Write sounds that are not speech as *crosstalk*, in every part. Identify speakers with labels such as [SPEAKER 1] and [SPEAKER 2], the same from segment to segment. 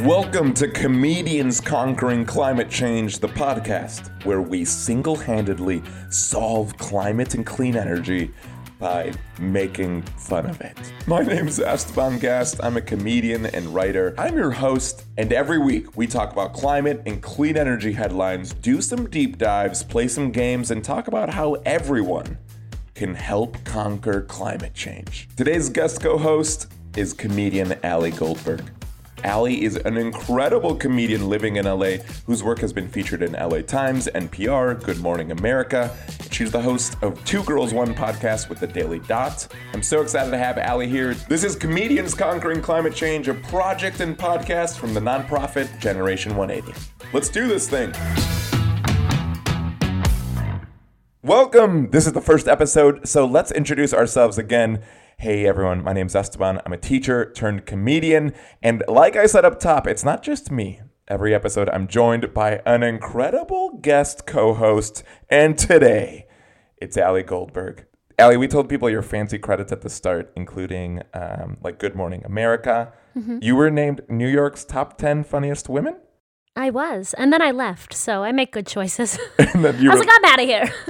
[SPEAKER 1] Welcome to Comedians Conquering Climate Change, the podcast where we single handedly solve climate and clean energy by making fun of it. My name's Esteban Gast. I'm a comedian and writer. I'm your host, and every week we talk about climate and clean energy headlines, do some deep dives, play some games, and talk about how everyone can help conquer climate change. Today's guest co host is comedian Ali Goldberg. Ali is an incredible comedian living in LA whose work has been featured in LA Times, NPR, Good Morning America. She's the host of Two Girls One podcast with the Daily Dot. I'm so excited to have Ali here. This is Comedians Conquering Climate Change, a project and podcast from the nonprofit Generation 180. Let's do this thing. Welcome. This is the first episode, so let's introduce ourselves again. Hey everyone, my name's Esteban. I'm a teacher turned comedian, and like I said up top, it's not just me. Every episode, I'm joined by an incredible guest co-host, and today, it's Ali Goldberg. Ali, we told people your fancy credits at the start, including um, like Good Morning America. You were named New York's top ten funniest women, *laughs*
[SPEAKER 2] I was, and then I left, so I make
[SPEAKER 1] *laughs*
[SPEAKER 2] good choices. *laughs* I
[SPEAKER 1] and then you
[SPEAKER 2] was
[SPEAKER 1] were,
[SPEAKER 2] like, I'm out of here. *laughs*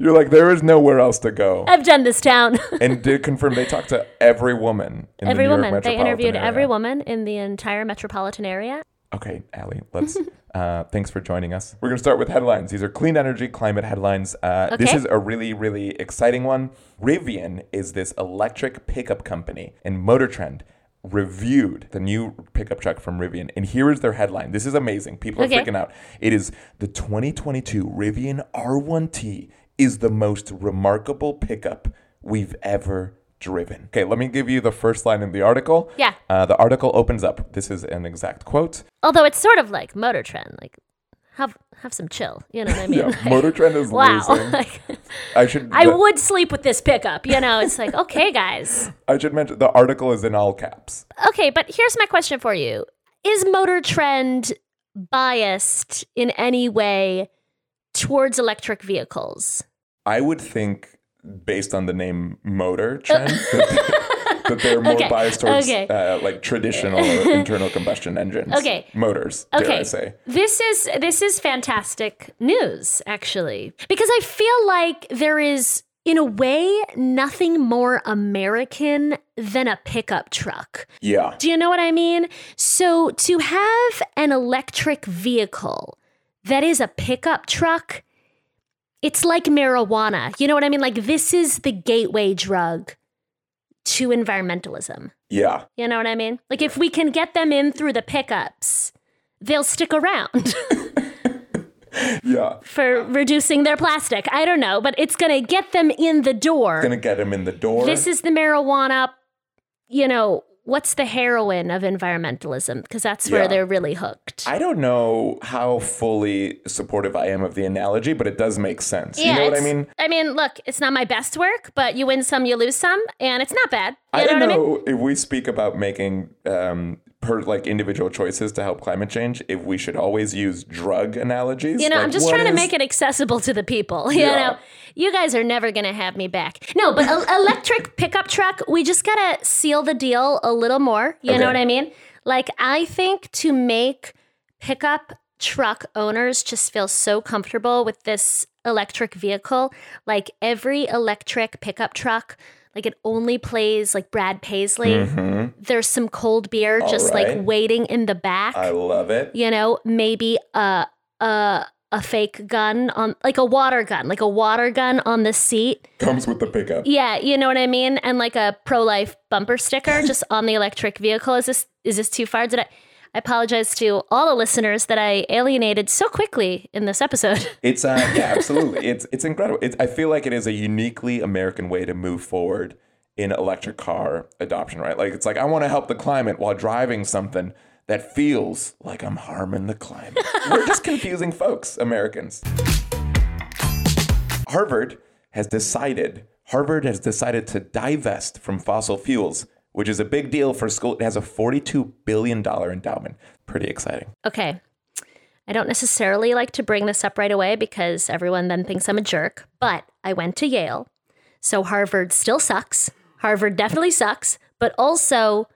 [SPEAKER 1] you're like, there is nowhere else to go.
[SPEAKER 2] I've done this town. *laughs*
[SPEAKER 1] and did confirm they talked to every woman in
[SPEAKER 2] every
[SPEAKER 1] the New
[SPEAKER 2] woman.
[SPEAKER 1] York
[SPEAKER 2] They
[SPEAKER 1] metropolitan
[SPEAKER 2] interviewed
[SPEAKER 1] area.
[SPEAKER 2] every woman in the entire metropolitan area.
[SPEAKER 1] Okay, Allie, let's.
[SPEAKER 2] *laughs*
[SPEAKER 1] uh, thanks for joining us. We're going to start with headlines. These are clean energy, climate headlines. Uh, This
[SPEAKER 2] Okay.
[SPEAKER 1] is a really, really exciting one. Rivian is this electric pickup company, and Motor Trend reviewed the new pickup truck from Rivian. And here is their headline. This is amazing. People
[SPEAKER 2] Okay.
[SPEAKER 1] are freaking out. It is the 2022 Rivian R1T is the most remarkable pickup we've ever driven. Okay, let me give you the first line in the article.
[SPEAKER 2] Yeah.
[SPEAKER 1] Uh, the article opens up. This is an exact quote.
[SPEAKER 2] Although it's sort of like Motor Trend, like have have some chill. You know what I
[SPEAKER 1] *laughs*
[SPEAKER 2] mean? *laughs*
[SPEAKER 1] Yeah,
[SPEAKER 2] Like,
[SPEAKER 1] Motor Trend is
[SPEAKER 2] wow. *laughs*
[SPEAKER 1] losing.
[SPEAKER 2] Like,
[SPEAKER 1] I should
[SPEAKER 2] *laughs* I
[SPEAKER 1] the-
[SPEAKER 2] would sleep with this pickup. You know,
[SPEAKER 1] *laughs*
[SPEAKER 2] it's like, okay, guys.
[SPEAKER 1] I should mention the article is in all caps.
[SPEAKER 2] Okay, but here's my question for you: Is Motor Trend biased in any way towards electric vehicles?
[SPEAKER 1] I would think based on the name Motor
[SPEAKER 2] *laughs*
[SPEAKER 1] Trend that, that they're more
[SPEAKER 2] Okay,
[SPEAKER 1] biased towards
[SPEAKER 2] okay.
[SPEAKER 1] uh, like traditional
[SPEAKER 2] *laughs*
[SPEAKER 1] internal combustion engines.
[SPEAKER 2] Okay.
[SPEAKER 1] Motors, dare I say.
[SPEAKER 2] This is this is fantastic news actually because I feel like there is in a way nothing more American than a pickup truck.
[SPEAKER 1] Yeah.
[SPEAKER 2] Do you know what I mean? So to have an electric vehicle that is a pickup truck it's like marijuana. You know what I mean? Like this is the gateway drug to environmentalism.
[SPEAKER 1] Yeah.
[SPEAKER 2] You know what I mean? Like if we can get them in through the pickups, they'll stick around *laughs*
[SPEAKER 1] Yeah.
[SPEAKER 2] for reducing their plastic. I don't know, but it's going to get them in the door.
[SPEAKER 1] Gonna get him in the door.
[SPEAKER 2] This is the marijuana, you know, what's the heroin of environmentalism? Because that's where
[SPEAKER 1] Yeah.
[SPEAKER 2] they're really hooked.
[SPEAKER 1] I don't know how fully supportive I am of the analogy, but it does make sense.
[SPEAKER 2] Yeah,
[SPEAKER 1] you know what I
[SPEAKER 2] it's-
[SPEAKER 1] mean?
[SPEAKER 2] I mean, look, it's not my best work, but you win some, you lose some, and it's not bad.
[SPEAKER 1] I
[SPEAKER 2] You know
[SPEAKER 1] don't
[SPEAKER 2] what I mean?
[SPEAKER 1] know if we speak about making um, per like individual choices to help climate change. If we should always use drug analogies,
[SPEAKER 2] You know,
[SPEAKER 1] Like,
[SPEAKER 2] I'm just
[SPEAKER 1] what
[SPEAKER 2] trying to
[SPEAKER 1] is-
[SPEAKER 2] make it accessible to the people. *laughs* You
[SPEAKER 1] Yeah.
[SPEAKER 2] know, you guys are never going to have me back. No, but el- electric pickup truck, we just got to seal the deal a little more. You
[SPEAKER 1] Okay.
[SPEAKER 2] know what I mean? Like, I think to make pickup truck owners just feel so comfortable with this electric vehicle, like every electric pickup truck, like it only plays like Brad Paisley.
[SPEAKER 1] Hmm. Mm-hmm.
[SPEAKER 2] There's some cold beer just
[SPEAKER 1] right.
[SPEAKER 2] like waiting in the back
[SPEAKER 1] I love it.
[SPEAKER 2] you know, maybe a a a fake gun on like a water gun, like a water gun on the seat.
[SPEAKER 1] Comes with the pickup.
[SPEAKER 2] Yeah, you know what I mean? And like a pro-life bumper sticker just on the electric vehicle. Is this is this too far? Did I I apologize to all the listeners that I alienated so quickly in this episode. *laughs*
[SPEAKER 1] It's uh, yeah, absolutely. it's it's incredible. It's, I feel like it is a uniquely American way to move forward in electric car adoption. Right? Like it's like I want to help the climate while driving something that feels like I'm harming the climate. We're just confusing folks, Americans. Harvard has decided Harvard has decided to divest from fossil fuels, which is a big deal for school. It has a 42 billion dollar endowment. Pretty exciting.
[SPEAKER 2] Okay. I don't necessarily like to bring this up right away because everyone then thinks I'm a jerk, but I went to Yale. So Harvard still sucks. Harvard definitely sucks, but also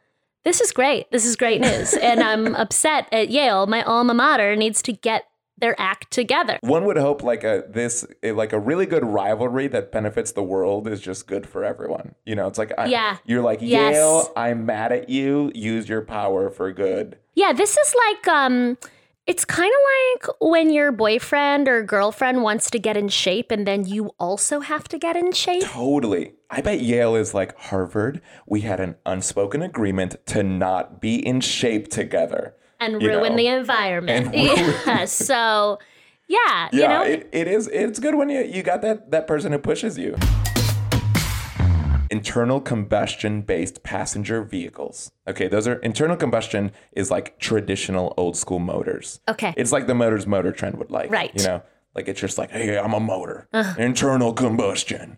[SPEAKER 2] this is great. This is great news. and I'm upset at Yale. My alma mater needs to get their act together.
[SPEAKER 1] One would hope like a this eh, like a really good rivalry that benefits the world is just good for everyone. You know, it's like I,
[SPEAKER 2] Yeah.
[SPEAKER 1] you're like
[SPEAKER 2] Yes.
[SPEAKER 1] Yale, I'm mad at you. Use your power for good.
[SPEAKER 2] Yeah, this is like um it's kind of like when your boyfriend or girlfriend wants to get in shape and then you also have to get in shape.
[SPEAKER 1] Totally. I bet Yale is like Harvard. We had an unspoken agreement to not be in shape together.
[SPEAKER 2] and
[SPEAKER 1] you
[SPEAKER 2] ruin
[SPEAKER 1] know,
[SPEAKER 2] the
[SPEAKER 1] and
[SPEAKER 2] environment.
[SPEAKER 1] ruin-
[SPEAKER 2] *laughs*
[SPEAKER 1] *laughs*
[SPEAKER 2] yeah. So, yeah, you
[SPEAKER 1] Yeah,
[SPEAKER 2] know,
[SPEAKER 1] it, it is. It's good when you, you got that, that person who pushes you. Internal combustion based passenger vehicles. Okay, those are internal combustion is like traditional old school motors.
[SPEAKER 2] okay.
[SPEAKER 1] It's like the motors motor trend would like.
[SPEAKER 2] Right.
[SPEAKER 1] You know, like it's just like, hey, I'm a motor. Internal combustion.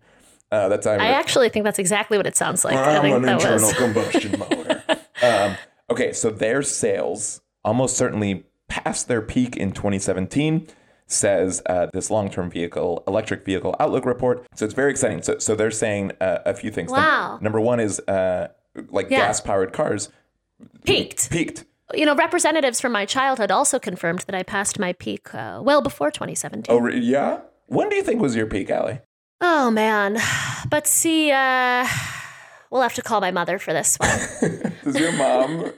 [SPEAKER 1] Uh, that's how
[SPEAKER 2] I actually think that's exactly what it sounds like. I
[SPEAKER 1] I'm
[SPEAKER 2] think
[SPEAKER 1] an
[SPEAKER 2] that
[SPEAKER 1] internal
[SPEAKER 2] was
[SPEAKER 1] combustion motor. Um, okay, so their sales almost certainly past their peak in 2017, says uh, this long-term vehicle electric vehicle outlook report. So it's very exciting. So, so they're saying uh, a few things. Num-
[SPEAKER 2] Wow.
[SPEAKER 1] number one is uh, like
[SPEAKER 2] Yeah.
[SPEAKER 1] gas-powered cars
[SPEAKER 2] *laughs* peaked.
[SPEAKER 1] peaked.
[SPEAKER 2] You know, representatives from my childhood also confirmed that I passed my peak uh, well before 2017.
[SPEAKER 1] Oh, re- yeah. When do you think was your peak, Allie?
[SPEAKER 2] Oh man, *sighs* but see, uh, *sighs* we'll have to call my mother for
[SPEAKER 1] *laughs*
[SPEAKER 2] this one.
[SPEAKER 1] Does your
[SPEAKER 2] *laughs*
[SPEAKER 1] mom?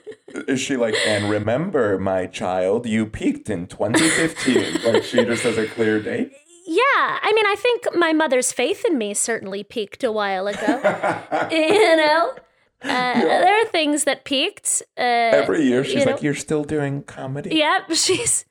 [SPEAKER 1] Is she like, and remember, my child, you peaked in 2015? like, she just has a clear date.
[SPEAKER 2] yeah, I mean, I think my mother's faith in me certainly peaked a
[SPEAKER 1] *laughs*
[SPEAKER 2] while ago. you know, uh, there are things that peaked. Uh,
[SPEAKER 1] Every year, she's
[SPEAKER 2] you
[SPEAKER 1] like,
[SPEAKER 2] know?
[SPEAKER 1] "You're still doing comedy."
[SPEAKER 2] Yep, *laughs* she's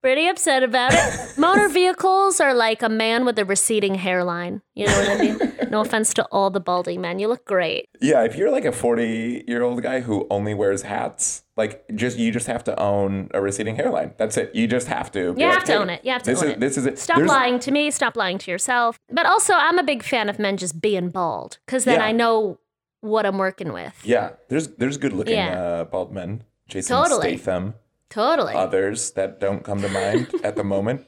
[SPEAKER 2] pretty upset about it. Motor vehicles are like a man with a receding hairline. You know what I mean? No offense to all the balding men. You look great.
[SPEAKER 1] Yeah, if you're like a 40 year old guy who only wears hats, like just you just have to own a receding hairline. That's it. You just have to. be
[SPEAKER 2] You
[SPEAKER 1] like,
[SPEAKER 2] have to
[SPEAKER 1] "Hey,
[SPEAKER 2] own it. You have to
[SPEAKER 1] This
[SPEAKER 2] own
[SPEAKER 1] is
[SPEAKER 2] it.
[SPEAKER 1] this is it.
[SPEAKER 2] Stop
[SPEAKER 1] There's-
[SPEAKER 2] lying to me. Stop lying to yourself. But also, I'm a big fan of men just being bald because then
[SPEAKER 1] Yeah.
[SPEAKER 2] I know what I'm working with.
[SPEAKER 1] Yeah, there's there's good looking
[SPEAKER 2] Yeah.
[SPEAKER 1] uh, bald men. Jason
[SPEAKER 2] Totally.
[SPEAKER 1] Statham.
[SPEAKER 2] Totally.
[SPEAKER 1] Others that don't come to mind
[SPEAKER 2] *laughs*
[SPEAKER 1] at the moment.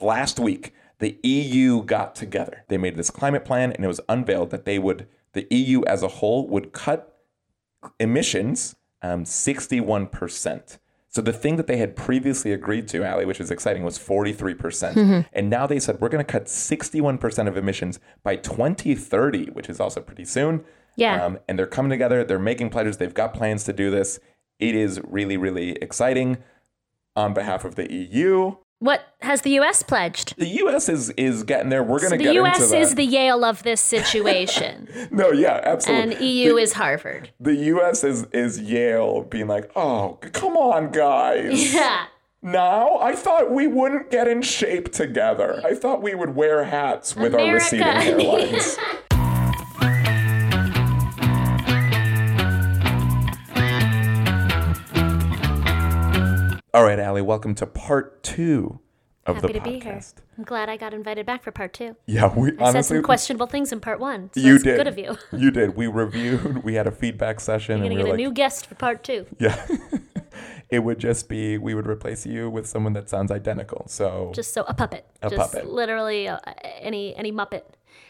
[SPEAKER 1] Last week, the EU got together. They made this climate plan, and it was unveiled that they would, the EU as a whole, would cut emissions um, 61%. So the thing that they had previously agreed to, Ali, which is exciting, was 43%. percent
[SPEAKER 2] Mm-hmm.
[SPEAKER 1] And now they said we're going to cut 61% of emissions by 2030, which is also pretty soon.
[SPEAKER 2] Yeah.
[SPEAKER 1] Um, and they're coming together, they're making pledges, they've got plans to do this. It is really, really exciting on behalf of the EU.
[SPEAKER 2] what has the U.S. pledged?
[SPEAKER 1] The US is is getting there. We're going
[SPEAKER 2] So
[SPEAKER 1] to
[SPEAKER 2] the
[SPEAKER 1] get
[SPEAKER 2] U.S.
[SPEAKER 1] into that.
[SPEAKER 2] is the Yale of
[SPEAKER 1] *laughs*
[SPEAKER 2] this situation,
[SPEAKER 1] no, yeah, absolutely.
[SPEAKER 2] and E EU is Harvard. *laughs*
[SPEAKER 1] the US is is Yale being like, "Oh, c- come on,
[SPEAKER 2] *laughs*
[SPEAKER 1] guys."
[SPEAKER 2] Yeah.
[SPEAKER 1] Now, I thought we wouldn't get in shape together. I thought we would wear hats with our receding
[SPEAKER 2] America.
[SPEAKER 1] hairlines. All right, Allie, welcome to part two of
[SPEAKER 2] Happy
[SPEAKER 1] the
[SPEAKER 2] to
[SPEAKER 1] podcast.
[SPEAKER 2] be here. I'm glad I got invited back for part two.
[SPEAKER 1] Yeah, we
[SPEAKER 2] I said
[SPEAKER 1] honestly
[SPEAKER 2] some questionable things in part one. So
[SPEAKER 1] you
[SPEAKER 2] that's
[SPEAKER 1] did.
[SPEAKER 2] good of you.
[SPEAKER 1] *laughs* You did. We reviewed. We had a feedback session,
[SPEAKER 2] I'm
[SPEAKER 1] and
[SPEAKER 2] gonna
[SPEAKER 1] we
[SPEAKER 2] get
[SPEAKER 1] were
[SPEAKER 2] a
[SPEAKER 1] like,
[SPEAKER 2] new guest for part two.
[SPEAKER 1] yeah. it would just be we would replace you with someone that sounds identical. So
[SPEAKER 2] Just so a puppet.
[SPEAKER 1] A
[SPEAKER 2] just
[SPEAKER 1] puppet.
[SPEAKER 2] literally uh, any any muppet.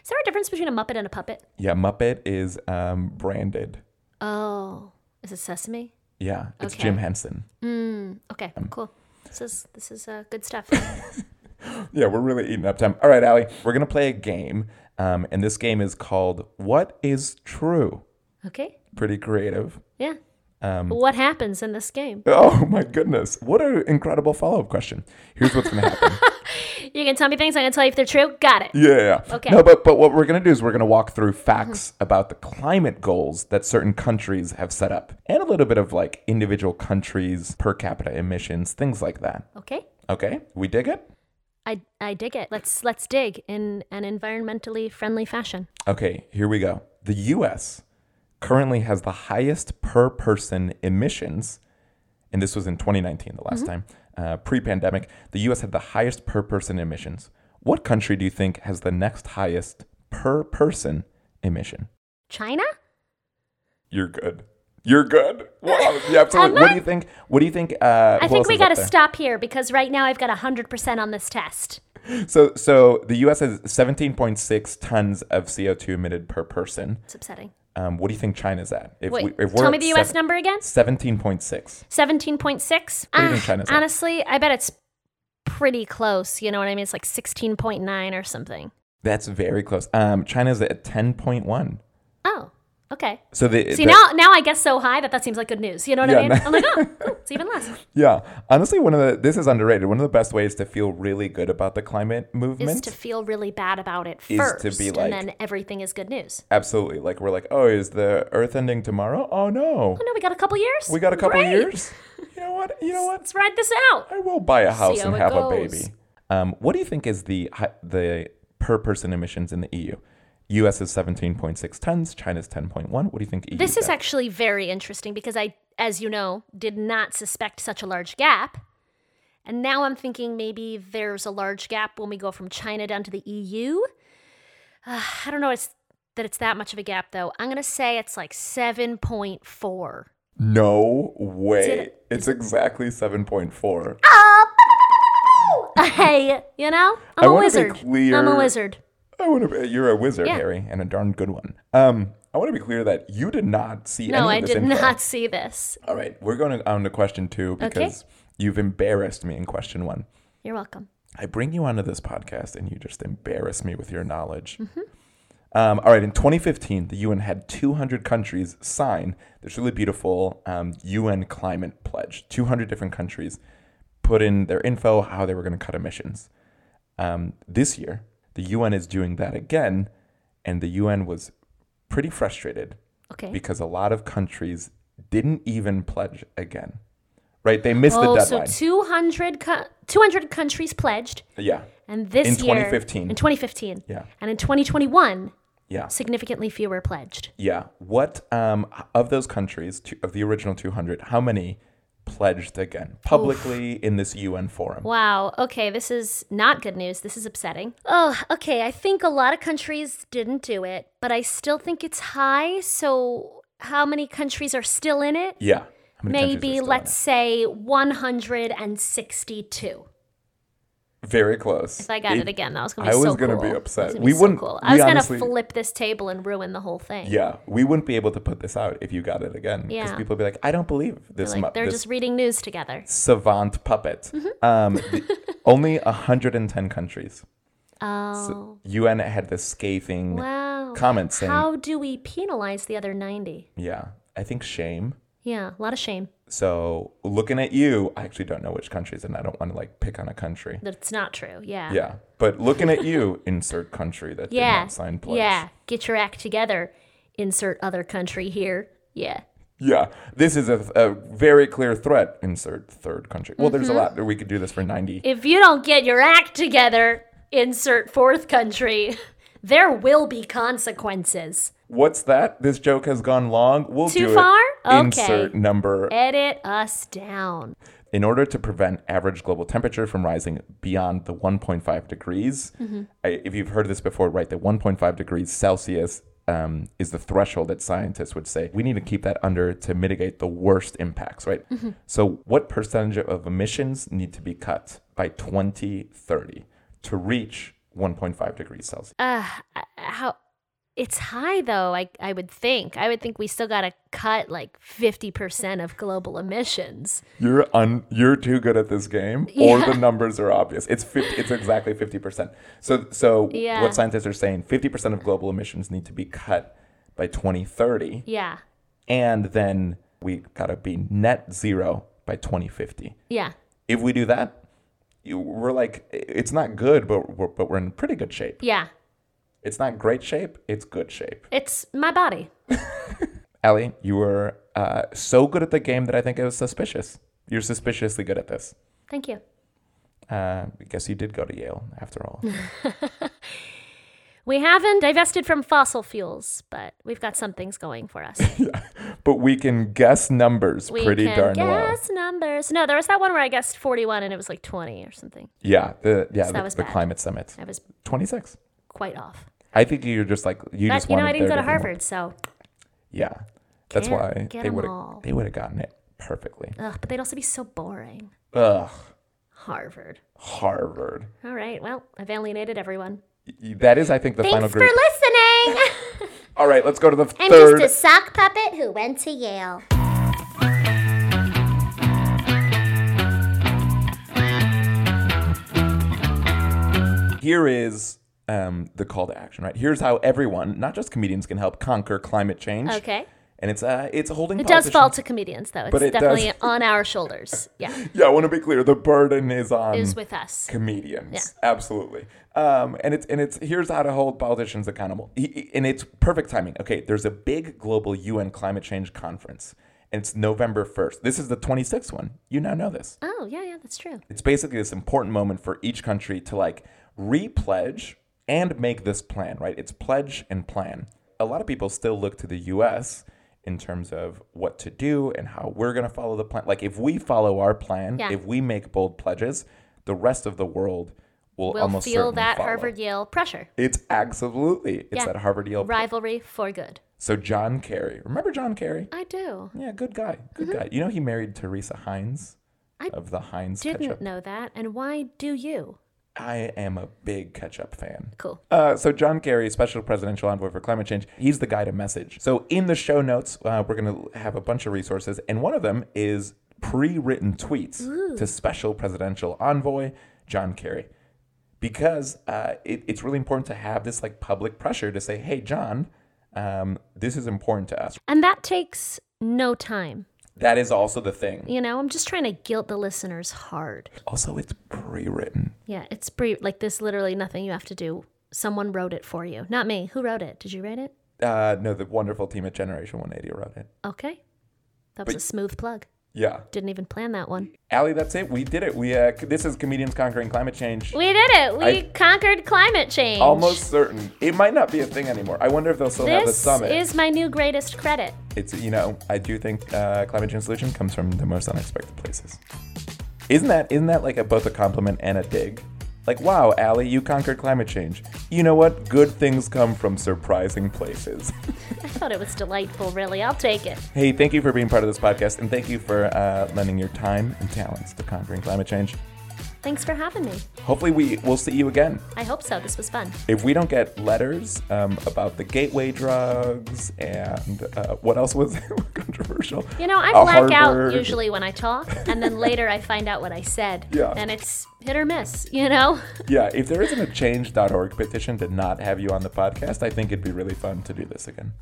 [SPEAKER 2] Is there a difference between a muppet and a puppet?
[SPEAKER 1] yeah, Muppet is um, branded.
[SPEAKER 2] Oh, is it Sesame?
[SPEAKER 1] Yeah, it's
[SPEAKER 2] Okay.
[SPEAKER 1] Jim Henson.
[SPEAKER 2] Okay,
[SPEAKER 1] Um,
[SPEAKER 2] cool. This is this is uh,
[SPEAKER 1] *laughs*
[SPEAKER 2] good stuff.
[SPEAKER 1] Yeah, we're really eating up time. All right, Allie, we're gonna play a game, um, and this game is called "What Is True."
[SPEAKER 2] okay,
[SPEAKER 1] Pretty creative.
[SPEAKER 2] yeah.
[SPEAKER 1] Um,
[SPEAKER 2] what happens in this game?
[SPEAKER 1] Oh *laughs* my goodness, what an incredible follow-up question. Here's what's gonna happen.
[SPEAKER 2] *laughs* You're gonna tell me things. I'm gonna tell you if they're true. Got it.
[SPEAKER 1] Yeah, yeah. yeah.
[SPEAKER 2] Okay. Mm-hmm.
[SPEAKER 1] No, but but what we're gonna do is we're gonna walk through facts about the climate goals that certain countries have set up, and a little bit of like individual countries per capita emissions, things like that.
[SPEAKER 2] Okay,
[SPEAKER 1] Okay, we dig it.
[SPEAKER 2] I I dig it. Let's let's dig in an environmentally friendly fashion.
[SPEAKER 1] Okay, here we go. The US currently has the highest per person emissions, and this was in 2019, the last
[SPEAKER 2] Mm-hmm.
[SPEAKER 1] time, uh, pre pandemic. The US had the highest per person emissions. What country do you think has the next highest per person emission?
[SPEAKER 2] China?
[SPEAKER 1] You're good. You're good.
[SPEAKER 2] *laughs*
[SPEAKER 1] Wow. Yeah, absolutely. What do you think? What do you think? Uh,
[SPEAKER 2] I
[SPEAKER 1] who
[SPEAKER 2] think
[SPEAKER 1] else
[SPEAKER 2] we
[SPEAKER 1] is up
[SPEAKER 2] gotta
[SPEAKER 1] there?
[SPEAKER 2] stop here because right now I've got hundred percent on this test.
[SPEAKER 1] So, so the U.S. has 17.6 tons of CO2 emitted per person.
[SPEAKER 2] It's upsetting.
[SPEAKER 1] Um, what do you think China's at? If
[SPEAKER 2] Wait,
[SPEAKER 1] we, if we're
[SPEAKER 2] tell me
[SPEAKER 1] at
[SPEAKER 2] the U.S.
[SPEAKER 1] seven-
[SPEAKER 2] number again.
[SPEAKER 1] 17.6.
[SPEAKER 2] 17.6.
[SPEAKER 1] do you
[SPEAKER 2] Ah,
[SPEAKER 1] think China's at?
[SPEAKER 2] honestly, I bet it's pretty close. You know what I mean? It's like 16.9 or something.
[SPEAKER 1] That's very close. Um, China's at 10.1.
[SPEAKER 2] Oh, okay.
[SPEAKER 1] So the,
[SPEAKER 2] See,
[SPEAKER 1] the-
[SPEAKER 2] now, now I guess so high that that seems like good news. You know what
[SPEAKER 1] Yeah,
[SPEAKER 2] I mean?
[SPEAKER 1] no.
[SPEAKER 2] I'm like, oh,
[SPEAKER 1] *laughs*
[SPEAKER 2] cool, it's even less.
[SPEAKER 1] yeah, honestly, one of the this is underrated. One of the best ways to feel really good about the climate
[SPEAKER 2] Is
[SPEAKER 1] movement
[SPEAKER 2] to feel really bad about it
[SPEAKER 1] Is
[SPEAKER 2] first.
[SPEAKER 1] to be like-
[SPEAKER 2] and then everything is good news.
[SPEAKER 1] Absolutely. Like we're like, oh, is the Earth ending tomorrow? Oh no,
[SPEAKER 2] Oh, no, we got a couple years?
[SPEAKER 1] we got a couple
[SPEAKER 2] Great.
[SPEAKER 1] years. You know what? You know what?
[SPEAKER 2] Let's ride this out.
[SPEAKER 1] I will buy a house
[SPEAKER 2] how
[SPEAKER 1] and
[SPEAKER 2] it
[SPEAKER 1] have a
[SPEAKER 2] goes.
[SPEAKER 1] baby. Um, what do you think is the hi- the per person emissions in the E EU? U.S. is seventeen point six tons. China's ten point one. What do you think? E EU
[SPEAKER 2] This is
[SPEAKER 1] got?
[SPEAKER 2] actually very interesting because I, as you know, did not suspect such a large gap. And now I'm thinking maybe there's a large gap when we go from China down to the EU. Uh, I don't know it's, that it's that much of a gap, though. I'm going to say it's like 7.4.
[SPEAKER 1] *laughs* no way.
[SPEAKER 2] Did it-
[SPEAKER 1] It's exactly seven point four.
[SPEAKER 2] hey, you know? I'm
[SPEAKER 1] I
[SPEAKER 2] a
[SPEAKER 1] wanna be
[SPEAKER 2] wizard. I'm
[SPEAKER 1] clear-
[SPEAKER 2] a wizard.
[SPEAKER 1] I want to. Be, you're a wizard,
[SPEAKER 2] Yeah.
[SPEAKER 1] Harry, and a darn good one. Um, I want to be clear that you did not see any
[SPEAKER 2] No, I
[SPEAKER 1] of this
[SPEAKER 2] did
[SPEAKER 1] info.
[SPEAKER 2] not see this.
[SPEAKER 1] All right, we're going on to question two because you've embarrassed me in question one.
[SPEAKER 2] You're welcome.
[SPEAKER 1] I bring you onto this podcast and you just embarrass me with your knowledge.
[SPEAKER 2] Mm-hmm.
[SPEAKER 1] Um, all right, in 2015, the UN had 200 countries sign this really beautiful um, UN climate pledge. 200 different countries put in their info how they were going to cut emissions. Um, this year, the UN is doing that again, and the UN was pretty frustrated
[SPEAKER 2] Okay.
[SPEAKER 1] because a lot of countries didn't even pledge again. Right? They missed
[SPEAKER 2] oh,
[SPEAKER 1] the
[SPEAKER 2] so
[SPEAKER 1] deadline.
[SPEAKER 2] 200, co- 200 countries pledged,
[SPEAKER 1] yeah.
[SPEAKER 2] and this
[SPEAKER 1] In
[SPEAKER 2] year
[SPEAKER 1] 2015.
[SPEAKER 2] in 2015,
[SPEAKER 1] Yeah.
[SPEAKER 2] and in 2021,
[SPEAKER 1] Yeah.
[SPEAKER 2] significantly fewer pledged.
[SPEAKER 1] Yeah. What um, of those countries, two, of the original 200, how many pledged again publicly in this UN forum?
[SPEAKER 2] Wow. Okay, this is not good news. This is upsetting. Oh, okay. I think a lot of countries didn't do it, but I still think it's high. So, how many countries are still in it?
[SPEAKER 1] Yeah. How many countries are
[SPEAKER 2] Maybe
[SPEAKER 1] still on
[SPEAKER 2] let's say 162.
[SPEAKER 1] it? Very close.
[SPEAKER 2] If I got it, again, that was gonna
[SPEAKER 1] I
[SPEAKER 2] be so
[SPEAKER 1] was
[SPEAKER 2] cool.
[SPEAKER 1] gonna be
[SPEAKER 2] That was
[SPEAKER 1] upset.
[SPEAKER 2] gonna be
[SPEAKER 1] We
[SPEAKER 2] so
[SPEAKER 1] wouldn't-
[SPEAKER 2] cool.
[SPEAKER 1] we
[SPEAKER 2] I was
[SPEAKER 1] honestly-
[SPEAKER 2] gonna flip this table and ruin the whole thing.
[SPEAKER 1] Yeah, we wouldn't be able to put this out if you got it again because
[SPEAKER 2] Yeah.
[SPEAKER 1] people would be like, "I don't believe this."
[SPEAKER 2] Like
[SPEAKER 1] mu-
[SPEAKER 2] they're
[SPEAKER 1] this
[SPEAKER 2] just Mm-hmm. reading news together.
[SPEAKER 1] savant puppet. Um, the,
[SPEAKER 2] *laughs*
[SPEAKER 1] only 110 countries.
[SPEAKER 2] Oh
[SPEAKER 1] UN had this scathing
[SPEAKER 2] wow!
[SPEAKER 1] comment saying,
[SPEAKER 2] How do we penalize the other ninety?
[SPEAKER 1] "Yeah, I think shame."
[SPEAKER 2] Yeah, a lot of shame
[SPEAKER 1] So looking at you, I actually don't know which countries, and I don't want to like pick on a country.
[SPEAKER 2] that it's not true. Yeah.
[SPEAKER 1] Yeah, but looking at you, insert country that did
[SPEAKER 2] Yeah.
[SPEAKER 1] not sign pledge.
[SPEAKER 2] Yeah. Get your act together. Insert other country here. Yeah.
[SPEAKER 1] Yeah, this is a, a very clear threat. Insert third country. Well, there's a
[SPEAKER 2] Mm-hmm.
[SPEAKER 1] lot. We could do this for ninety.
[SPEAKER 2] If you don't get your act together, insert fourth country. *laughs* There will be consequences.
[SPEAKER 1] What's that? This joke has gone long. We'll
[SPEAKER 2] Too
[SPEAKER 1] do
[SPEAKER 2] far?
[SPEAKER 1] it.
[SPEAKER 2] Okay.
[SPEAKER 1] Insert number.
[SPEAKER 2] Edit us down.
[SPEAKER 1] In order to prevent average global temperature from rising beyond the 1.5 degrees, I, if you've heard this before, right, the 1.5 degrees Celsius um, is the threshold that scientists would say we need to keep that under to mitigate the worst impacts, right? So, what percentage of emissions need to be cut by 2030 to reach 1.5 degrees Celsius?
[SPEAKER 2] uh I- how it's high though i i would think i would think we still gotta cut like 50% of global emissions
[SPEAKER 1] You're un, you're too good at this game, or the numbers are obvious. It's 50, it's exactly fifty percent. So so
[SPEAKER 2] Yeah.
[SPEAKER 1] what scientists are saying: fifty percent of global emissions need to be cut by twenty thirty,
[SPEAKER 2] yeah
[SPEAKER 1] and then we gotta be net zero by twenty fifty.
[SPEAKER 2] yeah
[SPEAKER 1] If we do that, you, we're like it's not good, but we're, but we're in pretty good shape.
[SPEAKER 2] yeah
[SPEAKER 1] It's not great shape; it's good shape.
[SPEAKER 2] it's my body
[SPEAKER 1] Allie, you were uh, so good at the game that I think it was suspicious. You're suspiciously good at this.
[SPEAKER 2] thank you
[SPEAKER 1] Uh, I guess you did go to Yale after all.
[SPEAKER 2] we haven't divested from fossil fuels but we've got some things going
[SPEAKER 1] *laughs*
[SPEAKER 2] for us
[SPEAKER 1] but we can guess numbers
[SPEAKER 2] we
[SPEAKER 1] pretty
[SPEAKER 2] can
[SPEAKER 1] darn well.
[SPEAKER 2] guess numbers no there was that one where i guessed 41 and it was like 20 or something
[SPEAKER 1] Yeah, the yeah
[SPEAKER 2] that
[SPEAKER 1] the,
[SPEAKER 2] was
[SPEAKER 1] the
[SPEAKER 2] bad.
[SPEAKER 1] climate summit.
[SPEAKER 2] i was
[SPEAKER 1] Twenty six.
[SPEAKER 2] quite off
[SPEAKER 1] I think you're just like you
[SPEAKER 2] but
[SPEAKER 1] just
[SPEAKER 2] you know
[SPEAKER 1] wanted
[SPEAKER 2] i didn't
[SPEAKER 1] there
[SPEAKER 2] go to
[SPEAKER 1] be more-
[SPEAKER 2] harvard so
[SPEAKER 1] Yeah, that's
[SPEAKER 2] Can't
[SPEAKER 1] why
[SPEAKER 2] get
[SPEAKER 1] they
[SPEAKER 2] 'em
[SPEAKER 1] would have
[SPEAKER 2] all.
[SPEAKER 1] they would have gotten it perfectly.
[SPEAKER 2] Ugh, but they'd also be so boring
[SPEAKER 1] Ugh,
[SPEAKER 2] harvard
[SPEAKER 1] Harvard.
[SPEAKER 2] all right well i've alienated everyone
[SPEAKER 1] Y- That is, I think, the final
[SPEAKER 2] thanks for
[SPEAKER 1] group.
[SPEAKER 2] listening
[SPEAKER 1] All right, let's go to the
[SPEAKER 3] *laughs* I'm
[SPEAKER 1] third.
[SPEAKER 3] just a sock puppet who went to Yale.
[SPEAKER 1] Here is um, the call to action, right? Here's how everyone, not just comedians, can help conquer climate change.
[SPEAKER 2] Okay.
[SPEAKER 1] And it's uh, it's holding.
[SPEAKER 2] It does fall to comedians, though. It's
[SPEAKER 1] But it does. *laughs*
[SPEAKER 2] definitely on our shoulders. Yeah,
[SPEAKER 1] Yeah, I want to be clear. The burden is on
[SPEAKER 2] is with us.
[SPEAKER 1] comedians. Absolutely. Um, and it's and it's here's how to hold politicians accountable. He- he- And it's perfect timing. Okay, there's a big global UN climate change conference. And it's November 1st. This is the 26th one. You now know this.
[SPEAKER 2] Oh, yeah, yeah, that's true.
[SPEAKER 1] It's basically this important moment for each country to like re-pledge and make this plan, right? It's pledge and plan. A lot of people still look to the US in terms of what to do and how we're going to follow the plan. Like if we follow our plan,
[SPEAKER 2] Yeah.
[SPEAKER 1] if we make bold pledges, the rest of the world will
[SPEAKER 2] We'll
[SPEAKER 1] almost
[SPEAKER 2] feel
[SPEAKER 1] certainly
[SPEAKER 2] that
[SPEAKER 1] follow.
[SPEAKER 2] Harvard Yale pressure.
[SPEAKER 1] It's absolutely. It's
[SPEAKER 2] Yeah.
[SPEAKER 1] that Harvard Yale.
[SPEAKER 2] Rivalry for good.
[SPEAKER 1] So John Kerry. Remember John Kerry?
[SPEAKER 2] I do.
[SPEAKER 1] Yeah, good guy. Good guy. You know he married Teresa Hines
[SPEAKER 2] Mm-hmm. I
[SPEAKER 1] of the Hines
[SPEAKER 2] Didn't
[SPEAKER 1] ketchup.
[SPEAKER 2] know that. And why do you?
[SPEAKER 1] I am a big ketchup fan.
[SPEAKER 2] Cool.
[SPEAKER 1] Uh, so John Kerry, special presidential envoy for climate change, he's the guy to message. So in the show notes, uh, we're going to have a bunch of resources, and one of them is pre-written tweets to special presidential envoy John Kerry, because uh, it, it's really important to have this like public pressure to say, "Hey, John, um, this is important to us."
[SPEAKER 2] And that takes no time.
[SPEAKER 1] That is also the thing.
[SPEAKER 2] You know, I'm just trying to guilt the listeners hard.
[SPEAKER 1] Also, it's pre-written.
[SPEAKER 2] Yeah, it's brief. Like, there's literally nothing you have to do. Someone wrote it for you. Not me. Who wrote it? Did you write it?
[SPEAKER 1] Uh, no, the wonderful team at Generation 180 wrote it.
[SPEAKER 2] Okay. That was a smooth plug.
[SPEAKER 1] Yeah.
[SPEAKER 2] Didn't even plan that one.
[SPEAKER 1] Allie, that's it. We did it. We uh, c- this is comedians conquering climate change.
[SPEAKER 2] We did it. We
[SPEAKER 1] I-
[SPEAKER 2] conquered climate change.
[SPEAKER 1] Almost certain it might not be a thing anymore. I wonder if they'll still have the
[SPEAKER 2] This
[SPEAKER 1] summit.
[SPEAKER 2] is my new greatest credit.
[SPEAKER 1] it's you know I do think uh, climate change solution comes from the most unexpected places. Isn't that isn't that like a, both a compliment and a dig? Like wow, Allie, you conquered climate change. You know what? Good things come from surprising places. *laughs*
[SPEAKER 2] I thought it was delightful, really. I'll take it.
[SPEAKER 1] hey, thank you for being part of this podcast, and thank you for uh, lending your time and talents to conquering climate change.
[SPEAKER 2] Thanks for having me.
[SPEAKER 1] Hopefully, we will see you again.
[SPEAKER 2] I hope so. This was fun.
[SPEAKER 1] if we don't get letters um, about the gateway drugs and uh, what else was *laughs* controversial?
[SPEAKER 2] You know, I
[SPEAKER 1] Uh,
[SPEAKER 2] black out
[SPEAKER 1] Harvard.
[SPEAKER 2] usually when I talk, and then later I find out what I said.
[SPEAKER 1] Yeah.
[SPEAKER 2] And it's hit or miss, you know?
[SPEAKER 1] Yeah, if there isn't a change.org petition to not have you on the podcast, I think it'd be really fun to do this again.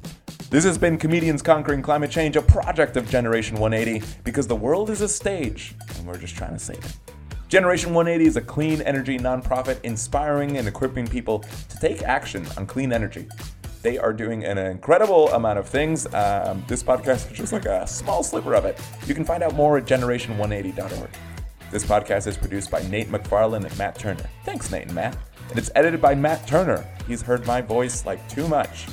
[SPEAKER 1] This has been Comedians Conquering Climate Change, a project of Generation 180, because the world is a stage, and we're just trying to save it. Generation 180 is a clean energy nonprofit inspiring and equipping people to take action on clean energy. They are doing an incredible amount of things. Um, this podcast is just like a small sliver of it. You can find out more at generation180.org. This podcast is produced by Nate McFarlane and Matt Turner. Thanks, Nate and Matt. And it's edited by Matt Turner. He's heard my voice like too much.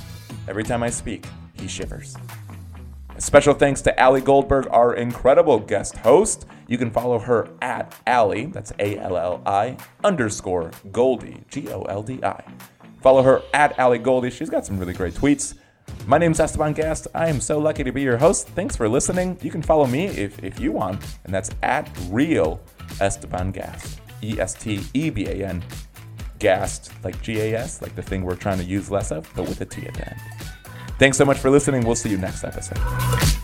[SPEAKER 1] Every time I speak, he shivers. A special thanks to Allie Goldberg, our incredible guest host. You can follow her at Allie, that's A L L I, underscore Goldie, G O L D I. Follow her at Allie Goldie. She's got some really great tweets. My name's Esteban Gast. I am so lucky to be your host. Thanks for listening. You can follow me if, if you want, and that's at real Esteban Gast, E S T E B A N, Gast, like G A S, like the thing we're trying to use less of, but with a T at the end. Thanks so much for listening. We'll see you next episode.